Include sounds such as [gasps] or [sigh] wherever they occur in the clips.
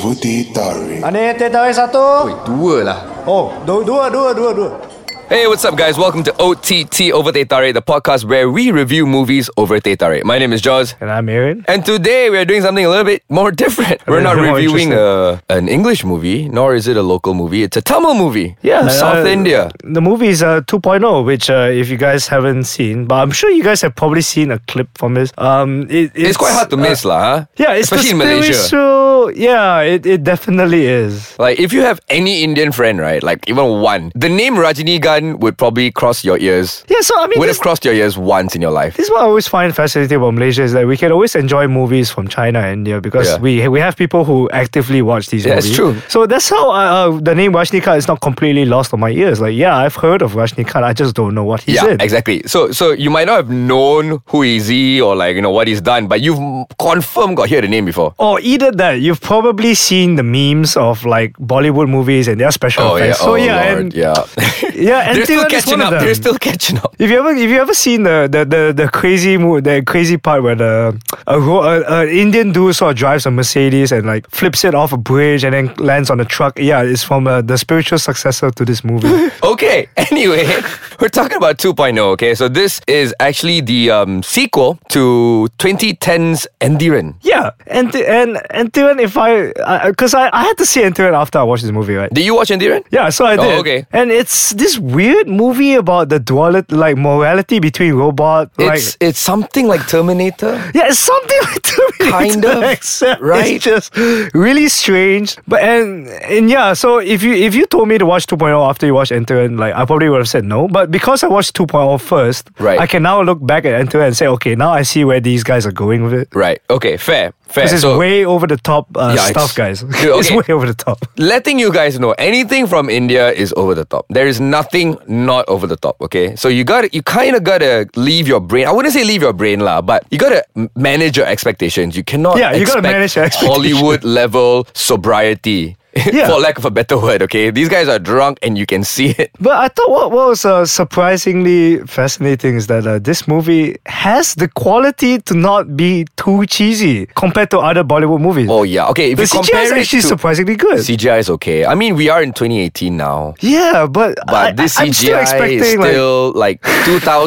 Ada teh tarik satu. Oi, dua lah. Oh, dua, dua, dua, dua, dua. Hey, what's up, guys? Welcome to OTT Over Tetare, the podcast where we review movies over Tetare. My name is Jaws, And I'm Aaron. and today we are doing something a little bit [laughs] more different. We're not little bit more reviewing a, an English movie, nor is it a local movie. It's a Tamil movie. Yeah, South Uh, India. The movie is uh, 2.0, which uh, if you guys haven't seen, but I'm sure you guys have probably seen a clip from this. Um, it, It's, quite hard to uh, miss, lah. huh? yeah, it's especially in the Malaysia. spiritual. Yeah, it, it definitely is. Like, if you have any Indian friend, right? Like, even one, the name Rajini Gan would probably cross your ears. Yeah, so I mean, would this, have crossed your ears once in your life. this is what I always find fascinating about Malaysia is that we can always enjoy movies from China and India because Yeah. we we have people who actively watch these Yeah, movies. it's true. So that's how uh, uh, the name Rajnikant is not completely lost on my ears. Like, yeah, I've heard of Rajnikant, I just don't know what he's yeah, in. exactly. So, so you might not have known who is he or like you know what he's done, but you've confirmed got hear the name before. Or either that, you've probably seen the memes of like Bollywood movies and their special Oh yeah, effects. so oh yeah, lord, and yeah. [laughs] [laughs] yeah, and They're still Dylan is catching one up. of them. They're still catching up. If you ever, if you ever seen the the the, the crazy mo- the crazy part where the a, ro- a, a Indian dude sort of drives a Mercedes and like flips it off a bridge and then lands on a truck. Yeah, it's from uh, the spiritual successor to this [laughs] movie. Okay. Anyway, [laughs] we're talking about 2.0. Okay, so this is actually the um, sequel to 2010's Endiran. yeah, and and and Antiran, if I because I, I had to see Antiran after I watched this movie, right? Did you watch Endiran? Yeah, so I Oh, did. okay. And it's this weird movie about the duality, like morality between robot, like. It's it's something like [gasps] Terminator. yeah, it's something [laughs] like Terminator, Kind of, except right? It's just really strange. But and and yeah, so if you if you told me to watch 2.0 after you watched Enter, and like I probably would have said no. But because I watched 2.0 first, Right. I can now look back at Enter and say, okay, now I see where these guys are going with it. Right. Okay. Fair. Fair. This is So- way over the top uh, Yeah, stuff, guys. it's- [laughs] Yeah, it's okay. way over the top. letting you guys know anything from India is over the top. There is nothing not over the top. Okay, so you got to you kind of gotta leave your brain. I wouldn't say leave your brain lah, but you gotta m- manage your expectations. You cannot Yeah, you gotta expect manage your expectations. Hollywood level sobriety. [laughs] Yeah. For lack of a better word, okay? These guys are drunk and you can see [laughs] it. But I thought what, what was uh, surprisingly fascinating is that uh, this movie has the quality to not be too cheesy compared to other Bollywood movies. Oh, yeah. Okay, if the you CGI compare is it actually to- surprisingly good. CGI is okay. I mean, we are in 2018 now. yeah, but I, But this I- CGI I'm still expecting is like. still like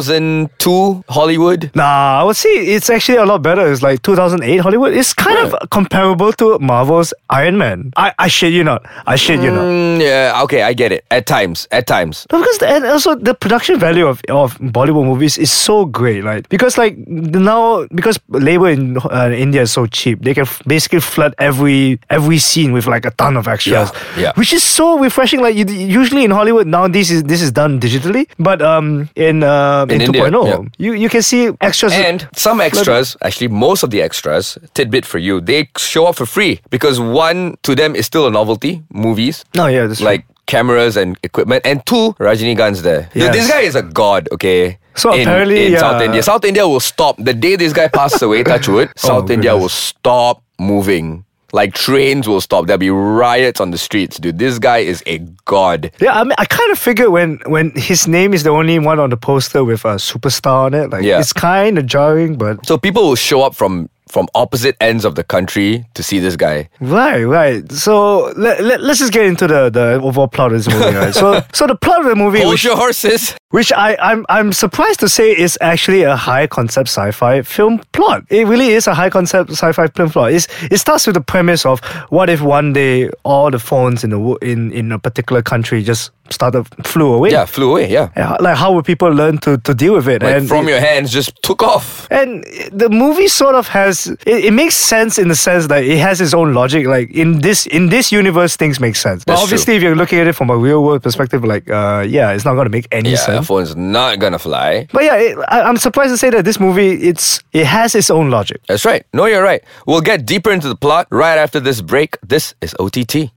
2002 Hollywood. Nah, I would say it's actually a lot better. It's like 2008 Hollywood. It's kind of comparable to Marvel's Iron Man. I, I shit you not. I shit you not. Mm, yeah, okay, I get it. At times, at times. No, because the, and also the production value of, of Bollywood movies is so great, like because like the now because labor in uh, India is so cheap, they can f- basically flood every every scene with like a ton of extras, Yeah, yeah. which is so refreshing. Like you, usually in Hollywood now, this is this is done digitally, but um in uh, in, In India, 2.0, yeah. you you can see extras And some extras, actually most of the extras, tidbit for you, they show up for free because one to them is still a novelty, movies. No, yeah, that's true. like cameras and equipment, and two Rajini guns there. Dude, Yes. This guy is a god, okay. So in, apparently, uh, in yeah. South India, South India will stop the day this guy [laughs] passes away. Touch wood, South India Oh, goodness. will stop moving. Like trains will stop. There'll be riots on the streets, dude. This guy is a god. Yeah, I mean, I kind of figured when when his name is the only one on the poster with a superstar on it, like Yeah. it's kind of jarring, but So people will show up from from opposite ends of the country to see this guy. Right, right. So let, let, let's just get into the, the overall plot of this movie, right? [laughs] So so the plot of the movie, Hold which, your horses. which I, I'm I'm surprised to say is actually a high concept sci-fi film plot. It really is a high concept sci-fi film plot. It's, it starts with the premise of what if one day all the phones in the wo- in in a particular country just started flew away. Yeah, flew away. Yeah, Yeah, Like how would people learn to, to deal with it? like and from your hands, just took off. and the movie sort of has it, it makes sense in the sense that it has its own logic. Like in this in this universe, things make sense. But That's obviously, true. if you're looking at it from a real world perspective, like uh, yeah, it's not going to make any Yeah, the sense. phone's not gonna fly. But yeah, it, I, I'm surprised to say that this movie it's it has its own logic. That's right. No, you're right. We'll get deeper into the plot right after this break. This is OTT.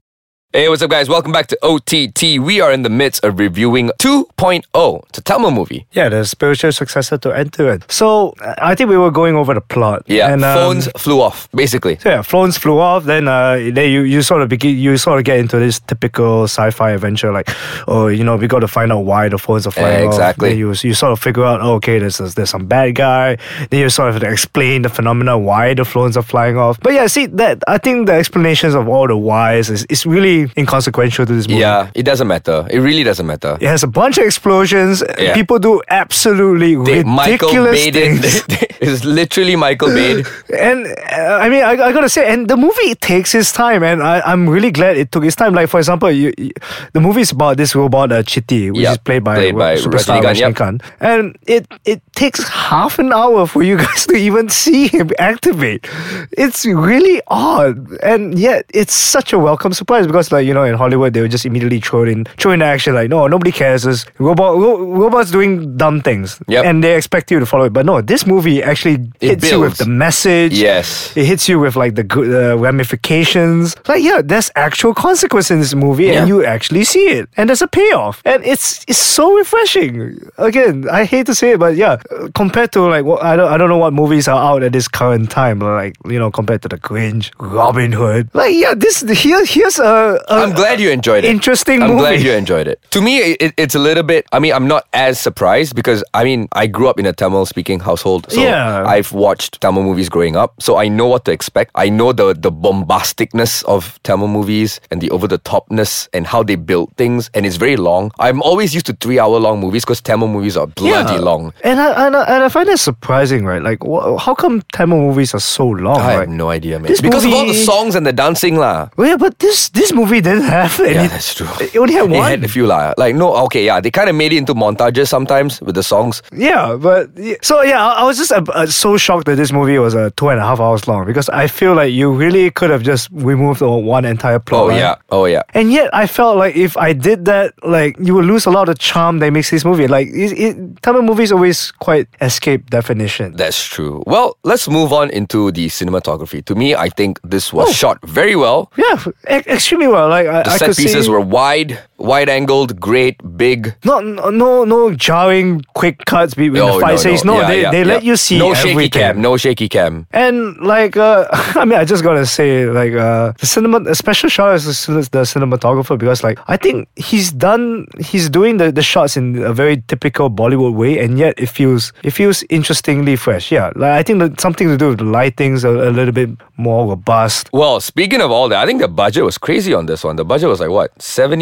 Hey, what's up, guys? Welcome back to OTT. We are in the midst of reviewing 2.0. It's a Tamil movie. Yeah, the spiritual successor to Enter So uh, I think we were going over the plot. Yeah, And, um, phones flew off, basically. So yeah, phones flew off. Then, uh, then you, you sort of begin, you sort of get into this typical sci-fi adventure, like, oh, you know, we got to find out why the phones are flying off. Exactly. Then you you sort of figure out, oh, okay, there's there's, there's some bad guy. Then you sort of have to explain the phenomena why the phones are flying off. But yeah, see that I think the explanations of all the whys is, is really inconsequential to this movie. Yeah, it doesn't matter. It really doesn't matter. It has a bunch of explosions. Yeah. People do absolutely They- Michael ridiculous Bay did- [laughs] things. It's literally Michael Bay. [laughs] And uh, I mean, I, I gotta say, and the movie takes its time, and I, I'm really glad it took its time. Like for example, you, you- the movie is about this robot uh, Chitti, which Yep, is played by, played uh, by superstar Rajinikanth, yep. Rajnikanth, and it it takes half an hour for you [laughs] guys to even see him activate. It's really odd, and yet it's such a welcome surprise because, like you know, in Hollywood they would just immediately throw it in throw in the action, like no, nobody cares. This robot ro- robots doing dumb things, Yep. and they expect you to follow it. But no, this movie actually It hits you with builds. the message. Yes. It hits you with like the good uh, ramifications. Like, yeah, there's actual consequence in this movie, and Yeah. you actually see it, and there's a payoff, and it's it's so refreshing. Again, I hate to say it, but yeah, uh, compared to like what I don't I don't know what movies are out at this current time, like you know compared to the Grinch, Robin Hood. Like, yeah, this here here's a. a I'm glad you enjoyed it. Interesting I'm movie. glad you enjoyed it. To me, it, it's a little bit. I mean, I'm not as surprised because I mean, I grew up in a Tamil-speaking household, so Yeah. I've watched Tamil movies growing up, so I know what to expect. I know the the bombasticness of Tamil movies and the over the topness and how they build things, and it's very long. I'm always used to three hour long movies because Tamil movies are bloody long. And I, and I and I find that surprising, right? Like, wh- how come Tamil movies are so long? I right? have no idea, man. This because of all the movie- songs and the dancing, lah. Well, yeah, but this this movie didn't have any. Yeah, that's true. It only had They one. had a few lah. Like no, okay, yeah. They kind of made it into montages sometimes with the songs. yeah, but yeah. so yeah, I, I was just uh, uh, so shocked that this movie was uh, two and a half hours long because I feel like you really could have just removed the one entire plot. Oh right? yeah, oh yeah. And yet, I felt like if I did that, like you would lose a lot of charm that makes this movie. Like, it, it, Tamil movies always quite escape definition. That's true. Well, let's move on into the cinematography. To me, I think this was shot very well. yeah, e- extremely well. Like, I, The Oh. I set could pieces see, were wide, wide angled, great, big. Not no no no jarring quick cuts between Oh, No, the fight no, scenes. No, Yeah, they, yeah, they let yeah. you see No everything. shaky cam. No shaky cam. And like, uh, [laughs] I mean, I just gotta say, like, uh, the cinema, a special shot is the cin- the cinematographer because, like, I think he's done, he's doing the, the shots in a very typical Bollywood way, and yet it feels it feels interestingly fresh. Yeah, like I think that something to do with the lighting's a, a little bit more robust. Well, speaking of all that, I think the budget was crazy on this one. The budget was like what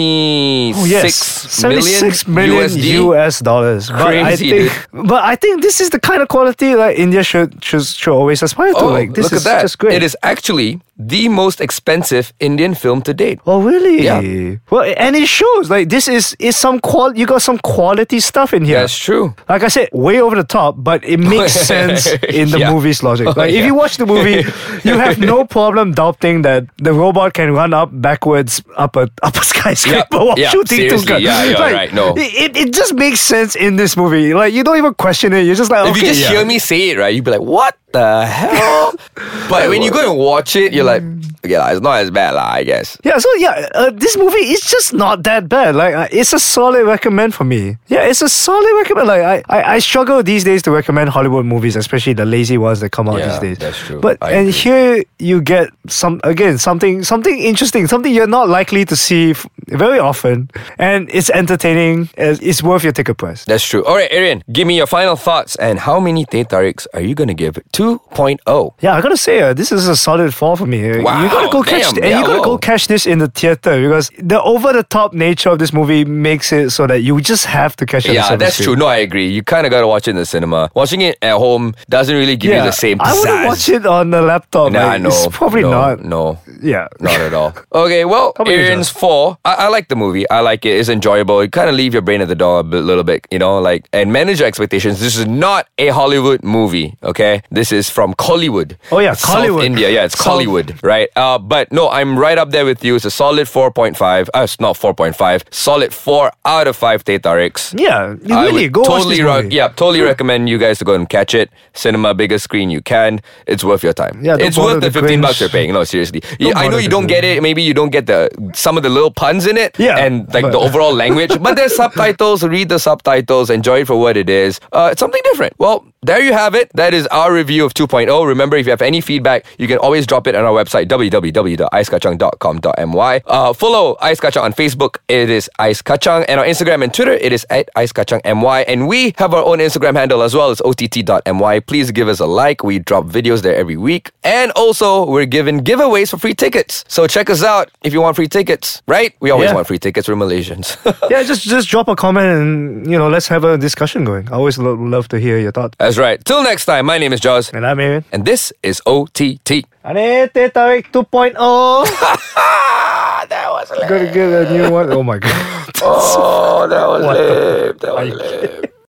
seventy-six Oh yes, million seventy-six million USD. US dollars. but I Crazy, think, but I think this is the kind of quality like India should should, should always aspire to. Oh, like this look is at that! just great. It is actually the most expensive Indian film to date. Oh really? Yeah. Well, and it shows. Like this is is some qual. You got some quality stuff in here. That's true. Like I said, way over the top, but it [laughs] makes sense in the Yeah. movie's logic. Oh, Like if yeah. you watch the movie, [laughs] you have no problem doubting that the robot can run up backwards up a up a [laughs] skyscraper Yeah, while yeah, shooting two seriously, guns. yeah, yeah, like, right, no. It, it just makes sense in this movie. Like you don't even question it. You're just like, If okay, you just yeah. hear me say it, right, you'd be like, "What the [laughs] hell?" but when you go and watch it, you're like, Mm. "Okay, lah, it's not as bad, lah, I guess." Yeah, so yeah, uh, this movie is just not that bad. Like, uh, it's a solid recommend for me. Yeah, it's a solid recommend. Like, I, I, I struggle these days to recommend Hollywood movies, especially the lazy ones that come out Yeah, these days. that's true. But I and agree. here you get some again something something interesting, something you're not likely to see f- very often, and it's entertaining. and It's worth your ticket price. That's true. All right, Arian, give me your final thoughts and how many Tetariks are you going to give oh. 2.0? Yeah, I gotta say, uh, this is a solid fall for me. Uh, you gotta Wow, go catch, damn, and yeah, you gotta go whoa. catch this in the theater because the over-the-top nature of this movie makes it so that you just have to catch it. on the Yeah, silver that's screen. true. No, I agree. You kind of got to watch it in the cinema. Watching it at home doesn't really give you the same I pizzazz. wouldn't watch it on the laptop. Nah, like, no. it's probably no, not. No. Yeah, Not at all. [laughs] Okay, well, How about you, Arian's Josh? four. I, I like the movie. I like it. It's enjoyable. You kind of leave your brain at the door a bit- little bit, you know, like, and manage your expectations. This is not a Hollywood movie, okay? This is from Collywood. Oh, yeah, South Collywood. India. Yeah, it's South- Collywood. good, right? Uh, but no, I'm right up there with you. It's a solid 4.5. Uh, it's not 4.5. Solid 4 out of 5 Tetarix. [laughs] Yeah, you I really would go watch totally this rec- movie. yeah, totally recommend you guys to go and catch it. Cinema, biggest screen you can. It's worth your time. Yeah, don't it's bother worth the the 15 bucks cringe. you're paying. No, seriously. You- I know bother you the don't get it. Maybe you don't get the some of the little puns in it. Yeah, and like but- the overall language. But there's subtitles. Read the subtitles. Enjoy it for what it is. Uh, it's something different. Well, there you have it. That is our review of 2.0. Remember, if you have any feedback, you can always drop it on our website www.icekachang.com.my. Uh, follow Ice Kachang on Facebook. It is Ice Kachang, and on Instagram and Twitter, it is at Ice Kachang My. And we have our own Instagram handle as well. It's ott.my. Please give us a like. We drop videos there every week, and also we're giving giveaways for free tickets. So check us out if you want free tickets. Right? We always Yeah. want free tickets. We're Malaysians. [laughs] Yeah, just just drop a comment and you know let's have a discussion going. I always lo- love to hear your thoughts. That's right. Till next time, my name is Jaws, And I'm Aaron. and this is OTT. Ane Teh Tarik [laughs] 2.0. Ah, that was lame. Gotta get a new one. Oh my god. Oh, that was lame. That was lame.